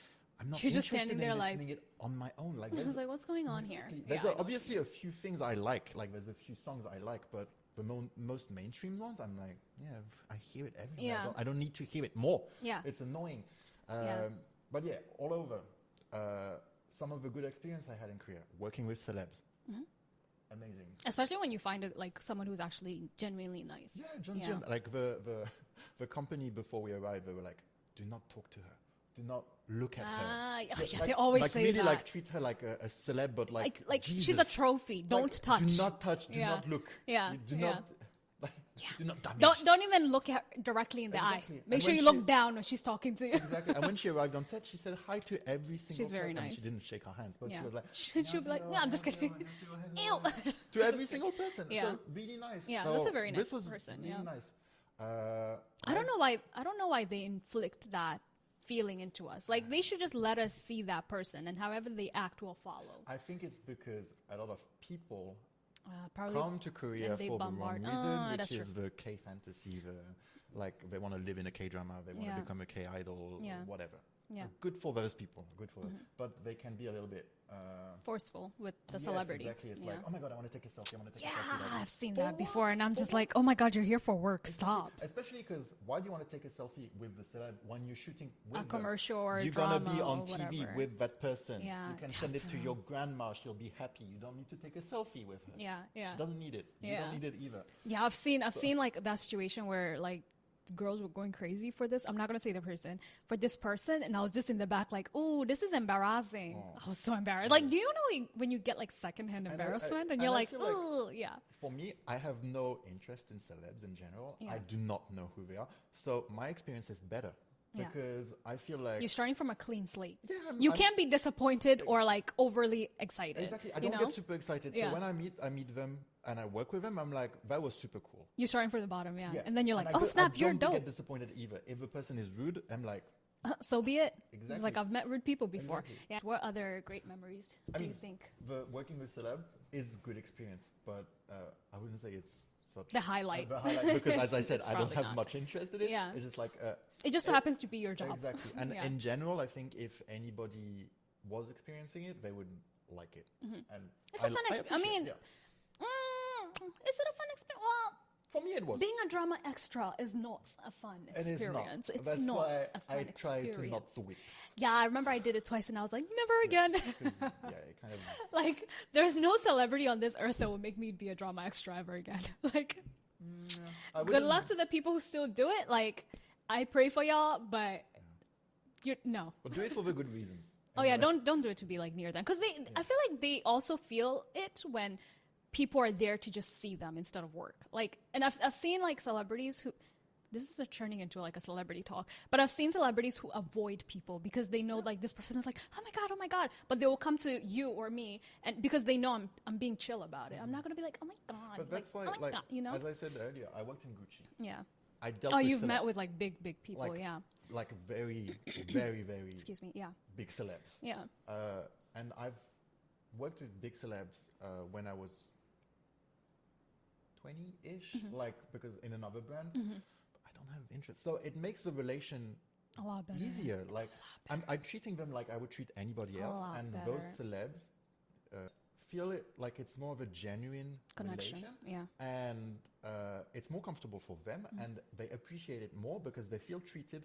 I'm not
You're just
interested
standing
in
there like-
listening it on my own. Like,
I
there's,
was like, "What's going on here?"
exactly-
Yeah,
there's
I
a-
know.
obviously a few things I like. Like there's a few songs I like, but the mo- most mainstream ones, I'm like, yeah, I hear it everywhere.
Yeah.
I, don't, I don't need to hear it more.
Yeah.
it's annoying. Um,
Yeah.
But yeah, all over. Uh, some of the good experience I had in Korea working with celebs,
Mm-hmm.
amazing.
Especially when you find a, like someone who's actually genuinely nice.
Yeah, John Jim. Like the, the the company before we arrived, they were like, do not talk to her. Do not look at
Ah,
her.
yeah,
Like-
yeah, they always
like
say
really
that.
like treat her like a, a celeb, but like
Like, like she's a
Jesus.
trophy. Don't
Like,
touch.
Do not touch. Do
Yeah.
not look.
Yeah,
You Do
yeah.
not. Like, Do not damage.
Don't don't even look at directly in the
Exactly.
eye. Make
And
sure
when
you
she-
look down when she's talking to you.
Exactly. And when she arrived on set, she said hi to every single.
She's very
person. I mean,
nice.
She didn't shake her hands, but
Yeah.
she was like
She- she would be like,
"Annyeonghaseyo,
"No, I'm just
annyeonghaseyo,
kidding."
annyeonghaseyo,
Ew.
annyeonghaseyo." to every single person.
Yeah.
So really nice.
Yeah,
so
that's a very
This
nice
was
person,
Really
yeah.
nice. Uh,
I don't know why. I don't know why they inflict that feeling into us. Like they should just let us see that person, and however they act will follow.
I think it's because a lot of people
Uh, probably.
come to Korea
and they
for the wrong
bombard-
reason,
Ah,
which
that's
is the K fantasy, the like they want to live in a K drama, they want to
Yeah.
become a K idol,
Yeah.
whatever.
Yeah.
Good for those people, good for them, but they can be a little bit. Uh,
forceful with the
yes,
celebrity.
Exactly. It's
yeah.
like, oh my god, I want to take a selfie. I want to
yeah,
take a selfie. like-
I've seen
For
that before,
what?
and I'm
For
just
what?
like, oh my god, you're here for work. Stop.
Especially because why do you want to take a selfie with the celeb when you're shooting with them?
commercial or a
You're gonna be
drama
on
or
TV
whatever.
with that person.
Yeah,
you can send it to your grandma; she'll be happy. You don't need to take a selfie with her.
Yeah, yeah.
She doesn't need it. You
Yeah.
don't need it either.
Yeah, I've seen I've seen like that situation where like girls were going crazy for this. I'm not gonna say the person for this person, and I was just in the back like, oh, this is embarrassing. I was so embarrassed. Like, do you know when- when you get like secondhand
I- I-
embarrassment, and,
Oh. and
you're
I
like,
feel like-
oh, yeah,
For me, I have no interest in celebs in general.
Yeah.
I do not know who they are, so my experience is better
Yeah.
because I feel like
you're starting from a clean slate.
Yeah, I'm-
you
I'm-
can't be disappointed or like overly excited.
exactly. I
you
don't
know,
get super excited. So
Yeah.
when I meet, I meet them and I work with them. I'm like, that was super cool.
you're starting from the bottom, yeah,
Yeah.
and then you're like,
I
oh
don't- I
snap, you're
don't
dope.
get disappointed either. If a person is rude, I'm like,
so be it. It's like
Exactly.
I've met rude people before.
Exactly.
Yeah. What other great memories
I
do
mean,
you think?
the working with celeb is good experience, but uh, I wouldn't say it's such
The highlight.
the highlight because, as I said,
It's
I don't
probably
have
not.
much interest in it.
Yeah.
It's just like uh,
It just so happens to be your job.
exactly. And
Yeah.
in general, I think if anybody was experiencing it, they would like it. And
Mm-hmm. It's
a
a fun exp- I mean- Mm, is it a fun experience? Well,
for me, it was.
being a drama extra is not a fun
It is not.
experience. It's
That's
not
why
a
I
fun
try
experience.
to not do it.
Yeah, I remember I did it twice and I was like, never again.
'Cause, yeah, it kind of.
like, there's no celebrity on this earth that will make me be a drama extra ever again. like,
I
good
wouldn't-
luck to the people who still do it. Like, I pray for y'all, but you're no.
But do it for the good reasons.
Oh yeah, don't don't do it to be like near them because they. I feel like they also feel it when people are there to just see them instead of work. Like, and I've I've seen like celebrities who. This is a turning into like a celebrity talk, but I've seen celebrities who avoid people because they know like this person is like, oh my god, oh my god, but they will come to you or me, and because they know I'm I'm being chill about it, I'm not gonna be like, oh my god,
But that's
like,
why,
oh my
like,
god, you know,
as I said earlier, I worked in Gucci.
yeah.
I dealt
Oh,
with
you've met
celebs.
with like big big people,
like,
yeah.
Like very, very, very
Excuse me, yeah,
big celebs.
yeah.
Uh, and I've worked with big celebs uh, when I was 20 ish,
Mm-hmm.
like because in another brand, but I don't have interest. So it makes the relation
A lot better.
easier. like I'm, I'm treating them like I would treat anybody
A
else,
lot
and those
better.
celebs uh, feel it like it's more of a genuine
Connection,
relation,
yeah.
and uh, it's more comfortable for them,
Mm-hmm.
and they appreciate it more because they feel treated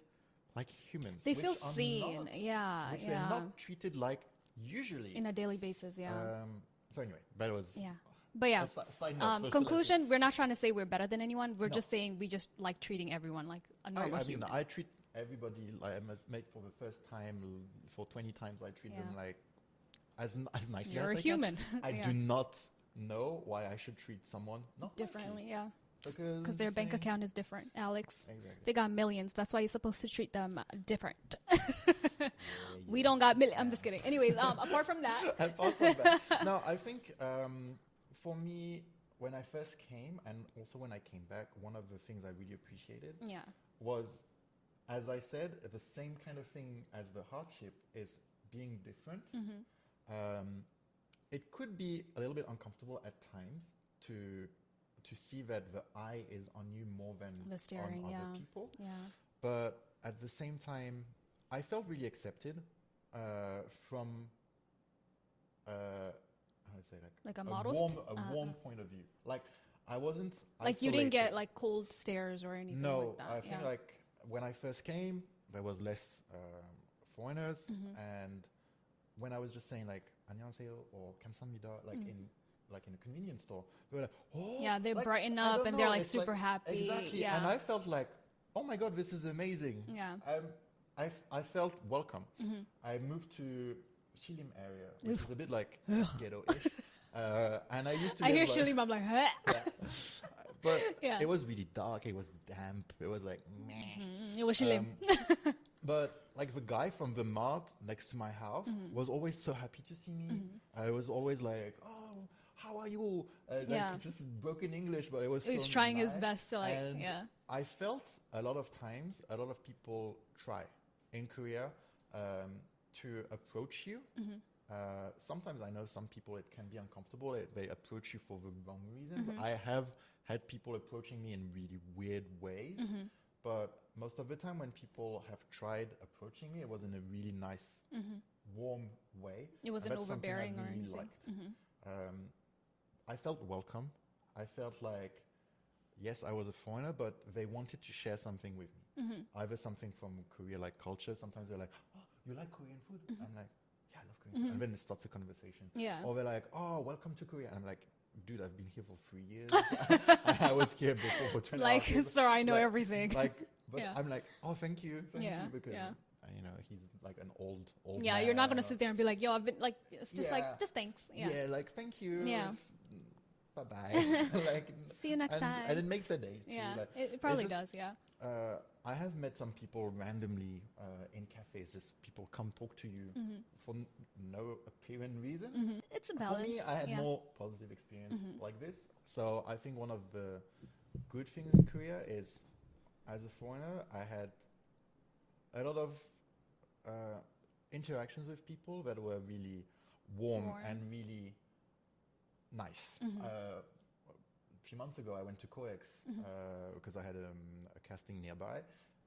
like humans.
They
which
feel
are
seen,
not-
yeah,
which
Uh, yeah.
they're not treated like usually.
in a daily basis, yeah.
um, so anyway, that was
Yeah. But yeah.
A si- side note
Um,
for
conclusion: We're not trying to say we're better than anyone. We're
No.
just saying we just like treating everyone like a
I,
normal
I mean,
human.
I treat everybody like I'm made for the first time l- for 20 times. I treat them
Yeah.
like as, n- as nicely
You're
as
a
I can.
human.
I
Yeah.
do not know why I should treat someone not nicely,
Differently, yeah.
because
Because their
the
bank
same-
account is different, Alex.
Exactly.
They got millions. That's why you're supposed to treat them uh, different. we don't got million. I'm just kidding. Anyways, um, apart from that,
Apart from that, no, I think um, for me, when I first came and also when I came back, one of the things I really appreciated
yeah,
was, as I said, the same kind of thing as the hardship is being different.
Mm-hmm.
Um, it could be a little bit uncomfortable at times to to see that the eye is on you more than
The staring,
on other
yeah.
people.
yeah,
But at the same time, I felt really accepted uh, from. Uh, how do I say like
Like a
a
model
warm,
st-
a
uh,
warm point of view. Like I wasn't
like you didn't
isolated.
get like cold stares or anything
No,
like that.
I think
yeah.
like when I first came, there was less um, foreigners,
Mm-hmm.
and when I was just saying like "안녕하세요" or "감사합니다," like in like in a convenience store, they were like, "Oh,
Mm. Yeah, they
like,
brighten
I
up
don't
and they're,
know,"
like,
it's
super happy,
Exactly,
yeah.
and I felt like, "Oh my god, this is amazing!"
Yeah. Mm-hmm.
I'm I, f- I felt welcome. I moved to Shilim area, which is a bit like ghetto-ish. uh, and I used to.
I
get
hear
like-
Shilim, I'm like, huh?
but
Yeah.
it was really dark. It was damp. It was like meh.
Mm, it was Shilim.
Um, but like the guy from the mart next to my house
Mm-hmm.
was always so happy to see me. I was always like, "Oh, how are you?" Uh, like
Yeah.
just broken English, but it was.
He's
so
trying his
nice.
best to, like,
And
yeah.
I felt a lot of times a lot of people try in Korea um, to approach you. Uh, sometimes I know some people it can be uncomfortable. It, they approach you for the wrong reasons. I have had people approaching me in really weird ways,
Mm-hmm.
but most of the time when people have tried approaching me, it was in a really nice, warm way.
mm-hmm. It wasn't
And that's something I
overbearing or anything. Mm-hmm.
liked. Um, I felt welcome. I felt like yes, I was a foreigner, but they wanted to share something with me.
Mm-hmm,
Either something from Korea, like culture. Sometimes they're like, oh, you like Korean food? I'm like, yeah, I love Korean food. And then it starts a conversation.
Mm-hmm. Yeah.
Or they're like, oh, welcome to Korea. And I'm like, dude, I've been here for three years. I was here before for 20
Like,
hours.
sir, I know
Like-
everything.
Like, but
Yeah.
I'm like, oh, thank you. Thank
Yeah,
you. Because,
yeah.
uh, you know, he's like an old, old
yeah, you're not going to
oh, man.
sit there and be like, yo, I've been, like, it's just
Yeah.
like, just thanks.
Yeah.
Yeah.
like thank you.
Yeah.
Bye bye. like,
See you next
and,
time.
And it makes the day. Too.
Yeah,
like,
it, it
it's
probably
just-
does. Yeah,
Uh, I have met some people randomly uh, in cafes. Just people come talk to you for n- no apparent reason.
Mm-hmm, it's a
For
balance.
me, I had
yeah. Mm-hmm.
more positive experience like this. So I think one of the good things in Korea is, as a foreigner, I had a lot of uh, interactions with people that were really warm,
Warm. Mm-hmm.
and really nice. Uh, a few months ago, I went to COEX uh, because I had um, a casting nearby,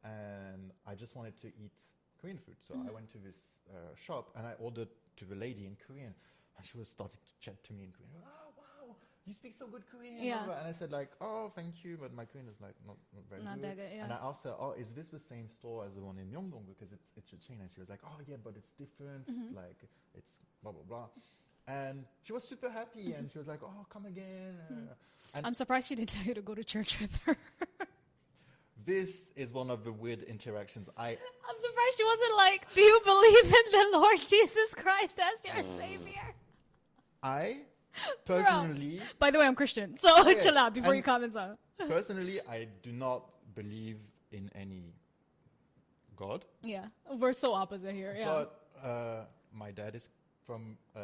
and I just wanted to eat Korean food. So
Mm-hmm.
I went to this uh, shop and I ordered to the lady in Korean, and she was starting to chat to me in Korean. Oh wow, you speak so good Korean. blah,
Yeah.
blah," And I said like, oh thank you, but my Korean is like not, not very
Not that
good.
good,
And
yeah.
I asked her, oh, is this the same store as the one in Myeongdong? Because it's, it's a chain. And she was like, oh, yeah, but it's different.
Mm-hmm.
Like, it's blah, blah, blah. And she was super happy and she was like, oh, come again.
Mm-hmm.
And uh,
I'm surprised she didn't tell you to go to church with her.
this is one of the weird interactions I
I'm surprised she wasn't like, "Do you believe in the Lord Jesus Christ as your
Mm.
savior?"
I personally
By the way, I'm Christian, so
yeah,
chill out before
and-
you comment on.
personally I do not believe in any God.
Yeah, we're so opposite here. Yeah,
But uh, my dad is from a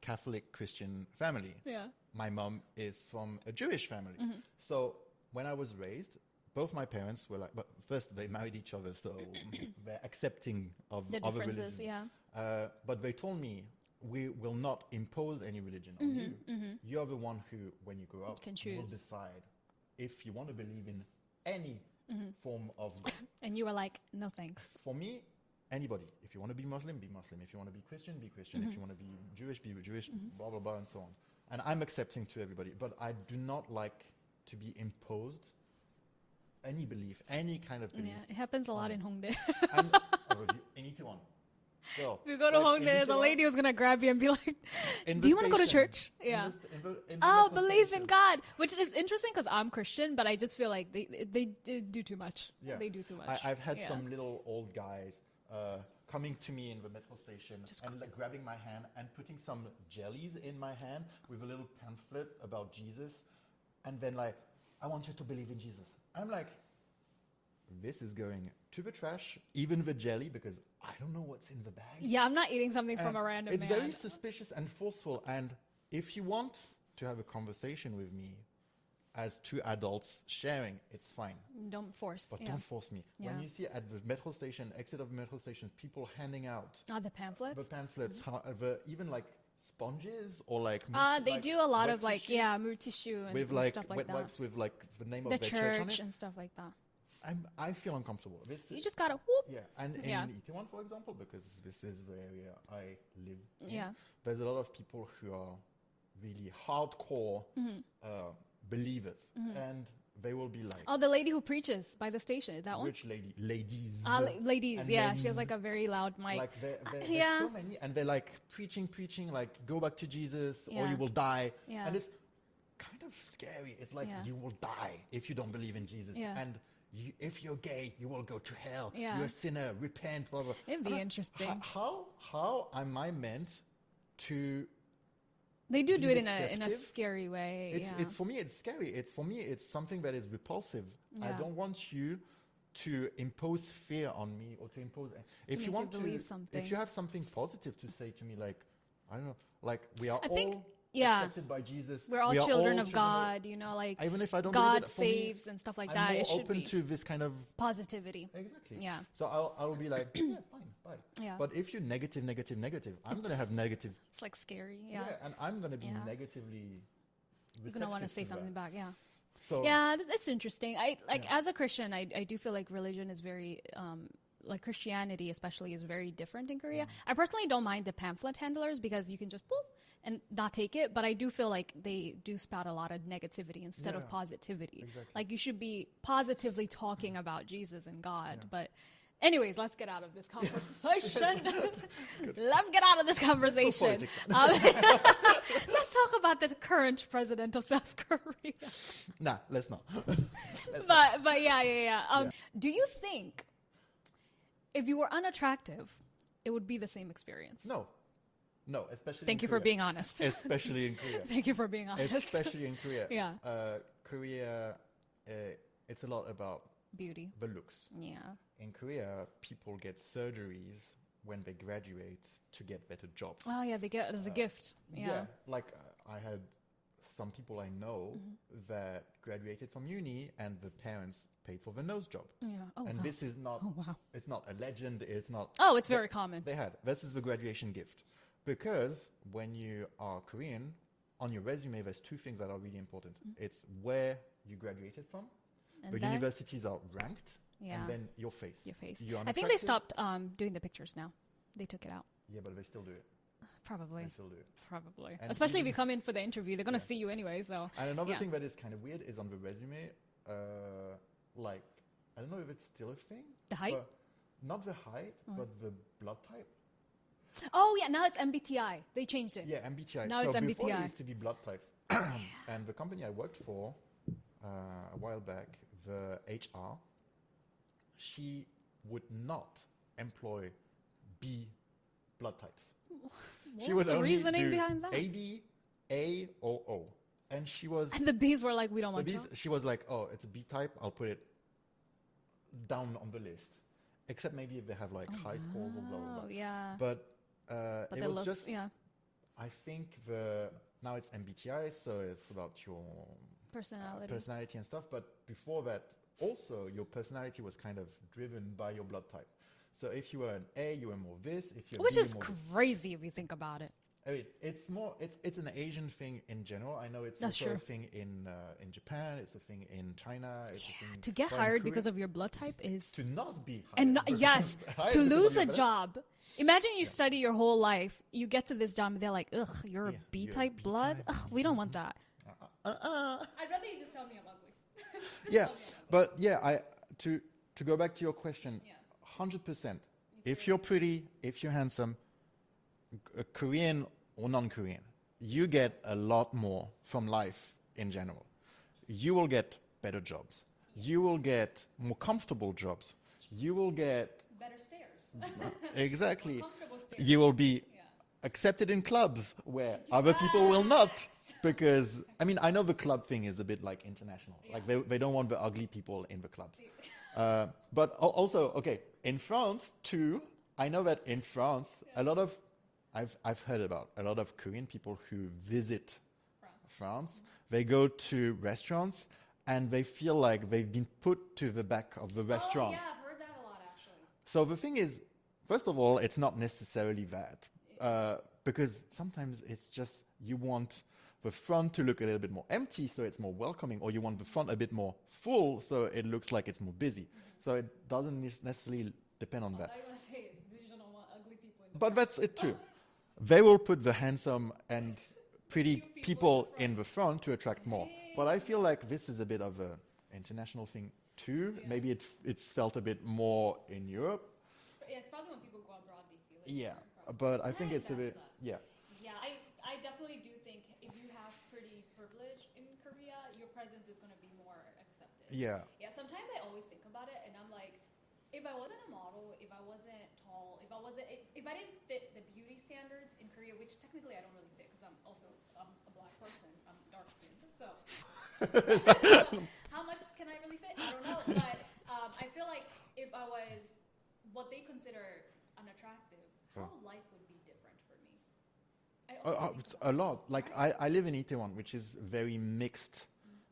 Catholic Christian family.
yeah,
my mom is from a Jewish family.
Mm-hmm.
So when I was raised, both my parents were like, but first they married each other, so they're accepting of
The
other
differences,
religion. Uh, but they told me we will not impose any religion on you. You're the one who, when you grow up,
Mm-hmm, Can
will
choose.
decide if you want to believe in any
Mm-hmm.
form of God.
and you were like, "No, thanks."
For me, anybody. If you want to be Muslim, be Muslim. If you want to be Christian, be Christian.
Mm-hmm.
If you want to be Jewish, be Jewish. Blah blah blah, and so on. And I'm accepting to everybody, but I do not like to be imposed any belief, any kind of belief.
Yeah, it happens a lot in Hongdae.
I'm oh, already in Itaewon. Girl,
you go to
like, in
Hongdae, there's a
Itaewon,
lady who's gonna grab you and be like, "Do
in the
you want to go to
station,
church?"
in
Yeah.
the st- in the- in the
Oh,
metro
believe in
station.
God, which is interesting because I'm Christian, but I just feel like they they, they do too much.
Yeah.
They do too much.
I, I've had
Yeah.
some little old guys uh, coming to me in the metro station
Just
and like, grabbing my hand and putting some jellies in my hand with a little pamphlet about Jesus, and then like, I want you to believe in Jesus. I'm like, this is going to the trash, even the jelly, because I don't know what's in the bag.
Yeah, I'm not eating something from
And
a random man.
It's very suspicious and forceful. And if you want to have a conversation with me, as two adults sharing, it's fine.
Don't force.
But
yeah.
don't force me. When
Yeah.
you see at the metro station, exit of metro station, people handing out
Ah, the pamphlets.
the pamphlets, how, uh, the, even like sponges or like.
uh,
multi-
they
like,
do a lot
wet
of like
tissues
yeah, mood tissue and,
With
and
like
stuff like
wet
that.
wipes with like the name
The
of their church, on
church
it.
and stuff like that.
I'm, I feel uncomfortable. This
You
is,
just gotta whoop.
yeah, and in
Yeah.
Itaewon, for example, because this is the area I live in,
Yeah.
there's a lot of people who are really hardcore
Mm-hmm.
uh, believers, and they will be like,
Oh, the lady who preaches by the station. Is that one?
"Which lady, ladies,
Oh. Ah, la- ladies.
and
Yeah, she has
men's."
like a very loud mic.
like there, there, there's
yeah.
so many and they're like preaching preaching like go back to jesus or
Yeah.
you will die
Yeah.
and it's kind of scary it's like
Yeah.
you will die if you don't believe in jesus
Yeah.
and you, if you're gay, you will go to hell.
Yeah.
You're a sinner. Repent. Blah blah.
It'd
And
be
I- ho-
interesting.
How how am I meant to?
They do do
be
it in a in a
deceptive.
scary way.
It's
yeah.
it's for me. It's scary. It's for me. It's something that is repulsive. I
Yeah.
don't want you to impose fear on me or to impose. If
make
you
you
want
believe
to,
something.
if you have something positive to say to me, like I don't know, like we are
I
all
think- yeah.
accepted by Jesus.
We're all
we are
children
all
of God, you know, like
Even if I don't believe
God
it, for me,
saves and stuff like
I'm
that.
more
it should
open
be
to Eh, this kind of
positivity.
Exactly.
Yeah.
So I'll, I'll be like, yeah, fine, bye.
Yeah.
But if you negative, negative, negative, I'm going to
It's-
have negative.
It's like scary.
Yeah.
Yeah.
and I'm going to be
Yeah.
negatively.
You're gonna want to
receptive
say something
that.
back. Yeah.
So
Yeah, th- it's interesting. I like
Yeah.
as a Christian, I I do feel like religion is very um like Christianity especially is very different in Korea.
Mm-hmm.
I personally don't mind the pamphlet handlers because you can just boop and not take it, but I do feel like they do spout a lot of negativity instead
Yeah.
of positivity.
Exactly. Mm-hmm.
Like you should be positively talking about Jesus and God, but anyways, let's get out of this conversation. let's get out of this conversation.
politics
Um, let's talk about the current president of South Korea
Nah, let's not.
but but yeah yeah yeah. Um, Do you think if you were unattractive, it would be the same experience?
no. No, especially.
Thank
in
you for
Korea.
being honest.
Especially in Korea.
Thank you for being honest.
especially in Korea.
Yeah.
Uh, Korea, uh, it's a lot about
Beauty.
the looks.
Yeah.
In Korea, people get surgeries when they graduate to get better jobs.
Oh yeah, they get it
Uh,
as a gift. Yeah.
like uh, I had some people I know
Mm-hmm.
that graduated from uni and the parents paid for the nose job.
Yeah. Oh
and
wow.
this is not,
Oh wow.
it's not a legend. It's not.
Oh, it's
They-
very common.
They had. This is the graduation gift. Because when you are Korean, on your resume, there's two things that are really important. It's where you graduated from.
Mm. And
the
then
universities are ranked.
Yeah.
And then your face.
your face.
You
I think they
unattractive-
stopped um, doing the pictures now. They took it out.
Yeah, but they still do it.
Probably.
They still do it.
Probably.
And
Especially if
even-
you come in for the interview, they're gonna
Yeah.
see you anyway. So.
And another
Yeah.
thing that is kind of weird is on the resume, uh, like I don't know if it's still a thing.
The height?
but not the height, but the blood type.
Oh yeah, now it's MBTI. They changed it.
Yeah, MBTI.
Now
so
it's
before it
MBTI.
used to be blood types. and the company I worked for uh, a while back, the HR, she would not employ B blood types.
What
she
was the
would only
reasoning
do
behind that?
A B A O O, and she was
And the bees were like, we don't
But
want you.
these- she was like, "Oh, it's a B type. I'll put it down on the list, except maybe if they have like high scores or blah blah
Oh
blah."
yeah.
But, uh,
But
it
the
was
looks,
just,
yeah,
I think the now it's MBTI, so it's about your uh,
personality.
personality and stuff. But before that, also your personality was kind of driven by your blood type. So if you were an A, you were more this. If you're
Which
B,
is
you're more this.
crazy if you think about it.
I mean, it's more it's it's an Asian thing in general. I know it's
That's
also a
true.
thing in uh, in Japan. It's a thing in China. It's a thing
To get
but in
hired
Korea-
because of your blood type is
to not be hired
and not,
because-
yes,
hired
to
because of
lose
your
a
blood-
job. Imagine you study your whole life, you get to this job, and they're like, "Ugh, you're
Yeah,
a B
you're a
type
B
blood.
type. Mm-hmm.
Ugh, we don't want that."
Uh-uh.
I'd rather you just tell me I'm ugly.
Yeah, but yeah, I to to go back to your question,
Yeah.
hundred percent. If you're pretty, if you're handsome, K- uh, Korean or non-Korean, you get a lot more from life in general. You will get better jobs. You will get more comfortable jobs. You will get
Better stairs.
exactly.
Comfortable stairs.
You will be
Yeah.
accepted in clubs where other people will not. Because, I mean, I know the club thing is a bit like international. Like, they, they don't want the ugly people in the clubs. Uh, but al- also, okay, in France too, I know that in France, a lot of, I've, I've heard about a lot of Korean people who visit France, they go to restaurants and they feel like they've been put to the back of the restaurant.
Oh, I've heard that a lot actually.
So the thing is, first of all, it's not necessarily that, uh, because sometimes it's just you want the front to look a little bit more empty, so it's more welcoming, or you want the front a bit more full, so it looks like it's more busy. So it doesn't nes- necessarily depend on that.
you want to say it's digital want ugly people.
But that's it too. They will put the handsome and pretty people in the front to attract more. But I feel like this is a bit of a international thing too. Maybe it, it's felt a bit more in Europe.
yeah, it's probably when people go abroad they feel
Yeah, but I think
Yeah,
it's a
that's
bit
that.
yeah.
Yeah, I, I definitely do think if you have pretty privilege in Korea, your presence is going to be more accepted.
Yeah.
Yeah, sometimes I always think I'm was it, it- if I didn't fit the beauty standards in Korea, which technically I don't really fit because I'm also I'm a black person, I'm dark skinned, so how much can I really fit? I don't know, but um, I feel like if I was what they consider unattractive, how life would be different for me. I
Uh,
always
uh,
think
it's
about
a
that.
lot. Like I, I live in Itaewon, which is very mixed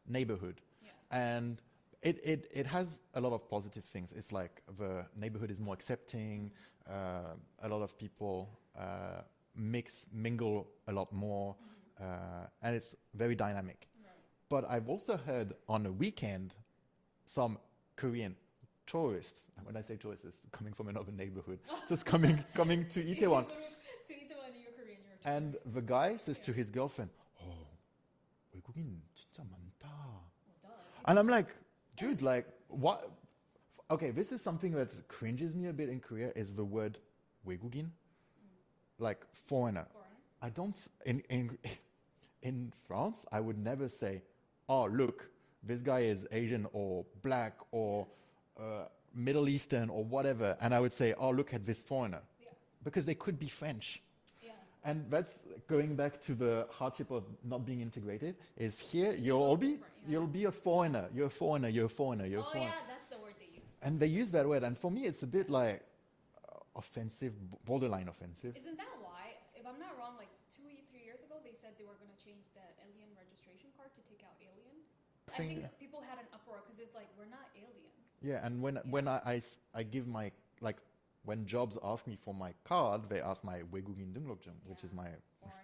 neighborhood,
Yeah.
and it, it it has a lot of positive things. It's like the neighborhood is more accepting. Uh, a lot of people uh, mix mingle a lot more, uh, and it's very dynamic.
Right.
But I've also heard on a weekend, some Korean tourists. And when I say tourists, it's coming from another neighborhood, just coming coming to
If you
Itaewon.
go to- to Itaewon, you're Korean, you're a
And the guy says to his girlfriend, "Oh, 외국인 진짜 많다."
Well, duh.
And I'm like, dude, like what? Okay, this is something that cringes me a bit in Korea is the word 외국인, like foreigner.
Foreigner.
I don't s- in in in France. I would never say, "Oh, look, this guy is Asian or black or uh, Middle Eastern or whatever," and I would say, "Oh, look at this foreigner,"
Yeah.
because they could be French.
Yeah.
And that's going back to the hardship of not being integrated. Is here you'll be
different, yeah.
you'll be a foreigner. You're a foreigner. You're a foreigner. You're a
Oh
foreigner.
yeah, that's the word they use.
And they use that word. And for me, it's a bit like uh, offensive, b- borderline offensive.
Isn't that why, if I'm not wrong, like two, ye- three years ago, they said they were going to change the alien registration card to take out alien? I
Thing-
think that people had an uproar because it's like, we're not aliens.
Yeah. And when when I, I s- I give my like when jobs ask me for my card, they ask my 외국인 등록증, which
Yeah.
is my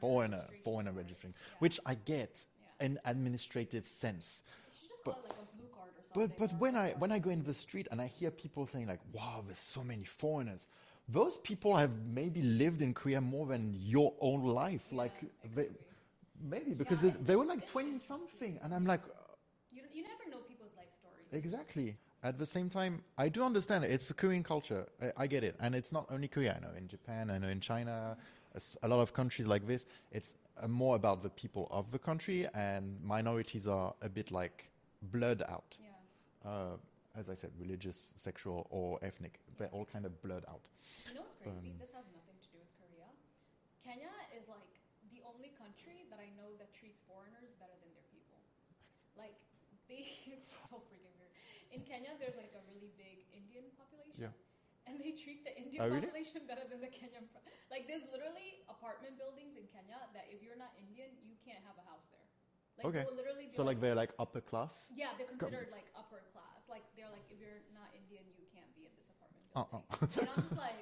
Foreigner registration
foreigner foreigner
card,
registering,
yeah.
which I get
Yeah.
in administrative sense.
They should just
But-
call it like a blue card or something.
But but
or a
when
red
I
card.
when I go in the street and I hear people saying like, "Wow, there's so many foreigners," those people have maybe lived in Korea more than your own life.
Yeah,
like
I
they,
agree.
maybe because
Yeah,
it- they were
it's-
like
it's
twenty something, and I'm like,
You, don't- you never know people's life stories. It's just-
exactly. At the same time, I do understand it. It's a Korean culture. I, I get it, and it's not only Korea. I know in Japan, I know in China, it's a lot of countries like this. It's uh, more about the people of the country, and minorities are a bit like blurred out.
Yeah.
uh, as I said, religious, sexual, or ethnic. They're all kind of blurred out.
You know what's crazy?
Um,
this has nothing to do with Korea. Kenya is like the only country that I know that treats foreigners better than their people. Like they it's so freaking weird. In Kenya there's like a really big Indian population. And they treat the Indian
Oh, really?
population better than the Kenyan. pro- Like, there's literally apartment buildings in Kenya that if you're not Indian, you can't have a house there. Like,
Okay.
they will literally be
So like they're like upper class.
yeah, they're considered like upper class. Like they're like, if you're not Indian, you can't be in this apartment building.
Uh-uh.
and I'm just like,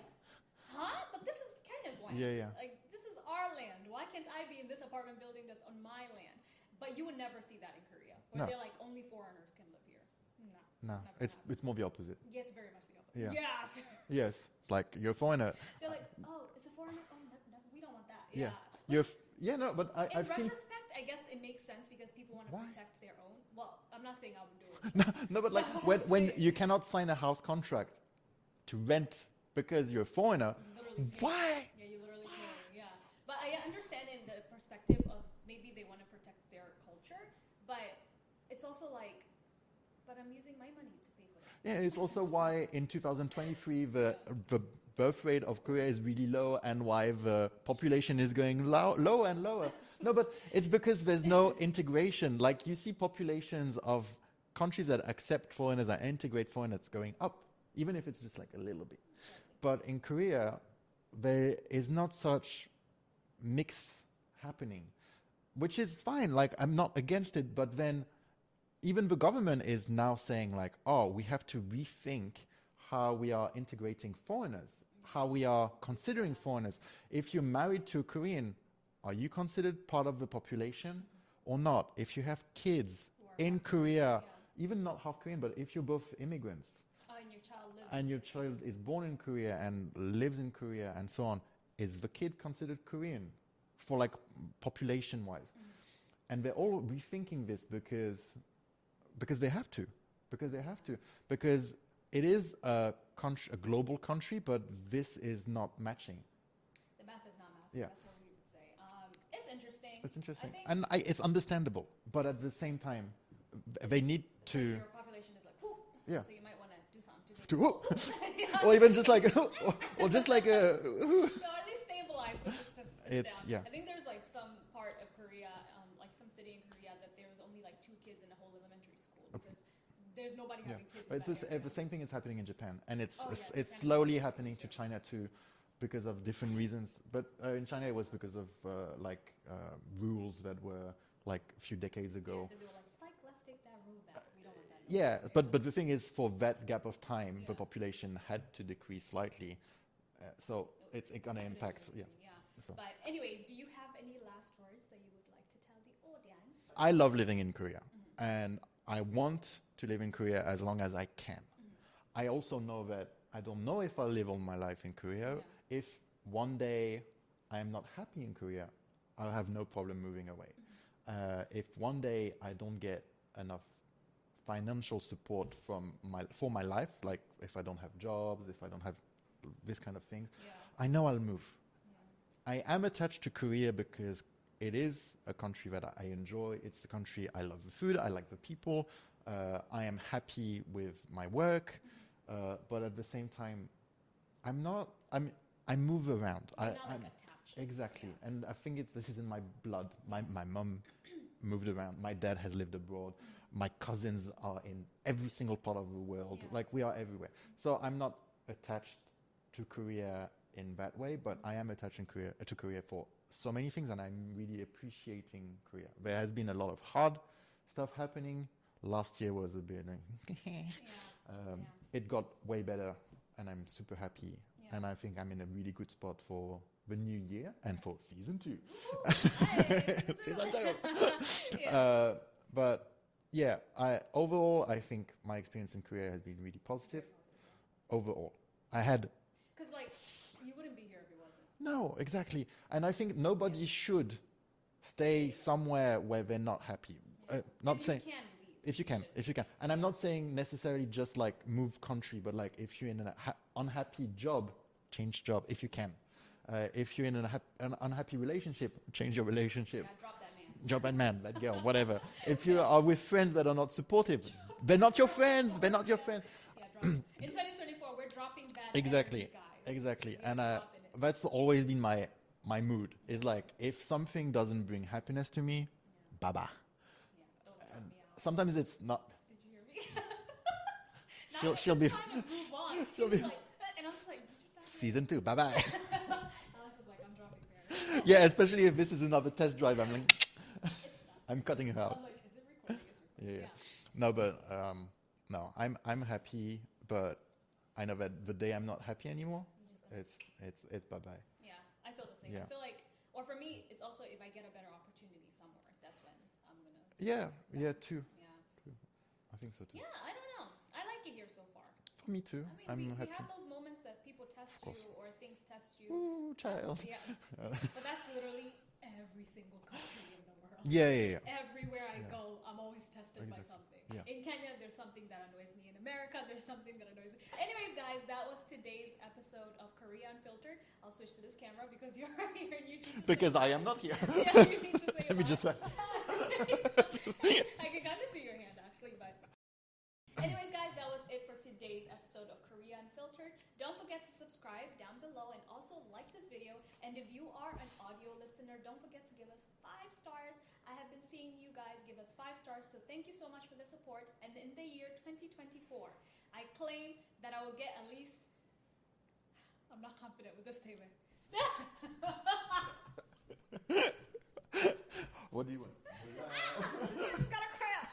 huh? But this is Kenya's land.
Yeah, yeah.
Like this is our land. Why can't I be in this apartment building that's on my land? But you would never see that in Korea, where
No.
they're like only foreigners can live here. No,
No,
never
it's
happened.
it's more the opposite.
yeah, it's very much the opposite.
Yeah.
Yes.
Yes, it's like you're a foreigner.
they're like, oh, it's a foreigner. Oh, no, no, we don't want that.
Yeah,
Yeah.
you're. F- yeah, no, but I,
in
I've seen.
retrospect, I guess it makes sense because people want to
Why?
protect their own. Well, I'm not saying I would do it.
No, no, but like
That's what
when
I'm
when
saying.
you cannot sign a house contract to rent because you're a foreigner,
Literally can't.
why?
Yeah, you literally can. Yeah, but I understand in the perspective of maybe they want to protect their culture, but it's also like, but I'm using my money to pay for this.
Yeah, it's also why in 2023 the the birth rate of Korea is really low and why the population is going low, lower and lower. No, but it's because there's no integration. Like you see populations of countries that accept foreigners and integrate foreigners going up, even if it's just like a little bit. But in Korea, there is not such mix happening, which is fine. Like I'm not against it, but then even the government is now saying like, oh, we have to rethink how we are integrating foreigners, how we are considering foreigners. If you're married to a Korean, are you considered part of the population or not? If you have kids
Who are
in uh,
half
Korea,
yeah.
even not half Korean, but if you're both immigrants
Oh, and your child lives.
and your child is born in Korea and lives in Korea and so on, is the kid considered Korean for like population wise? And they're all rethinking this because because they have to, because they have to, because it is a country, a global country, but this is not matching.
the math is not math.
Yeah.
That's what we would say. Um, it's interesting.
It's interesting,
I think
and I, it's understandable, but at the same time, th- they need
when
to.
your population is like, whoo.
Yeah.
So you might want to do something to
to oh, or even just like or just like a
No, at least stabilized, but it's just
It's-
down.
yeah.
I think there's like some part of Korea, um, like some city in Korea, that there was only like two kids in a whole elementary school because there's nobody
yeah.
having kids.
But It's
in
just,
that
uh,
area.
the same thing is happening in Japan, and it's
Oh,
it's,
yeah,
it's
Japan.
slowly happening to China too, because of different reasons. But uh, in China, it was because of uh, like uh, rules that were like a few decades ago.
Yeah, they were like, psych, let's take that room back. We don't want that. room."
Yeah, but but the thing is, for that gap of time, the
Yeah.
population had to decrease slightly, uh, so it's it gonna impact. Yeah, So-
But anyways, do you have any last words that you would like to tell the audience?
I love living in Korea, and I want to live in Korea as long as I can.
Mm-hmm.
I also know that I don't know if I'll live all my life in Korea.
Yeah.
If one day I am not happy in Korea, I'll have no problem moving away. Uh, if one day I don't get enough financial support from my for my life, like if I don't have jobs, if I don't have this kind of thing,
Yeah.
I know I'll move.
yeah.
I am attached to Korea because it is a country that I enjoy. It's a country I love the food, I like the people, uh, I am happy with my work, uh, but at the same time, I'm not. I'm. I move around. I,
You're not
I'm,
like attached.
exactly, and I think it, this is in my blood. My my mom moved around. My dad has lived abroad. My cousins are in every single part of the world.
Yeah.
Like we are everywhere. So I'm not attached to Korea in that way, but I am attached in Korea, to Korea for so many things, and I'm really appreciating Korea. There has been a lot of hard stuff happening. Last year was a bit. like,
Yeah.
um,
Yeah.
It got way better, and I'm super happy.
Yeah.
And I think I'm in a really good spot for the new year and for season two. Season two.
Yeah.
Uh, but yeah, I overall I think my experience in Korea has been really positive. Overall, I had
Because like, you wouldn't be here if it wasn't.
no exactly, and I think nobody should stay somewhere where they're not happy. Uh, not
If
saying
You can leave.
if you can,
should.
if you can. And I'm not saying necessarily just like move country, but like if you're in an ha- unhappy job, change job if you can. Uh, if you're in an, hap- an unhappy relationship, change your relationship.
Yeah, drop that man.
Job and man, that girl, whatever. If you are with friends that are not supportive, they're not your friends. They're not your friends.
Yeah, drop. In 2024, we're dropping that.
Exactly,
energy, guys.
exactly.
We
And
are
uh,
dropping it.
that's always been my my mood. Is like if something doesn't bring happiness to me, baba.
Yeah, don't drop me out.
Sometimes it's not.
Did you hear me? Now
She'll-
she's
she'll be-
Trying to move on. She's
she'll be-
Like, uh, and I was like, did you die?
Season two, bye bye.
Alex is like, I'm dropping Barry.
yeah, especially if this is another test drive. I'm like, I'm cutting her out.
I'm like, is it recording? It's
Yeah,
recording.
yeah. No, but um, no, I'm I'm happy, but I know that the day I'm not happy anymore,
You just
it's it's it's bye bye.
Yeah, I feel the same.
Yeah.
I feel like, or for me, it's also if I get a better opportunity somewhere, that's when I'm gonna.
Yeah, yeah, too.
Yeah.
I think so too.
Yeah, I don't know. I like it here so far.
For me too.
I mean, we,
I'm
we
happy.
have those moments that people test
course. Mm.
you or things test you.
Ooh, child.
Yeah, but that's literally every single country in the world.
Yeah, yeah, yeah.
Everywhere I
Yeah.
go, I'm always tested by
Exactly.
something.
Yeah.
In Kenya, there's something that annoys me. In America, there's something that annoys me. Anyways, guys, that was today's episode of Korea Unfiltered. I'll switch to this camera because you're right here and you need to say
Because
bye.
I am not here.
Yeah, you need to say
Let me
bye.
just. Uh,
I can kind of see your hand actually, but. Anyways, guys, that was it for today's episode of Korea Unfiltered. Don't forget to subscribe down below and also like this video. And if you are an audio listener, don't forget to give us five stars. I have been seeing you guys give us five stars, so thank you so much for the support. And in the year 2024, I claim that I will get at least. I'm not confident with this statement.
what do you want?
He's got a cramp.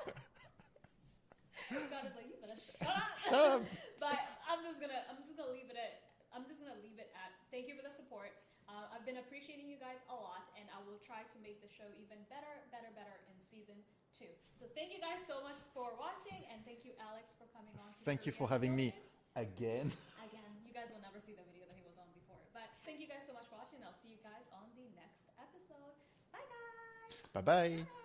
God is like, you better shut up.
Shut up.
but I'm just gonna, I'm just gonna leave it at, I'm just gonna leave it at. Thank you for the support. Uh, I've been appreciating you guys a lot, and I will try to make the show even better, better, better in season two. So thank you guys so much for watching, and thank you, Alex, for coming on. to
Thank you
Korea
for having me
Unfiltered.
again.
Again, you guys will never see the video that he was on before, but thank you guys so much for watching. I'll see you guys on the next episode. Bye, guys.
Bye bye.
Bye.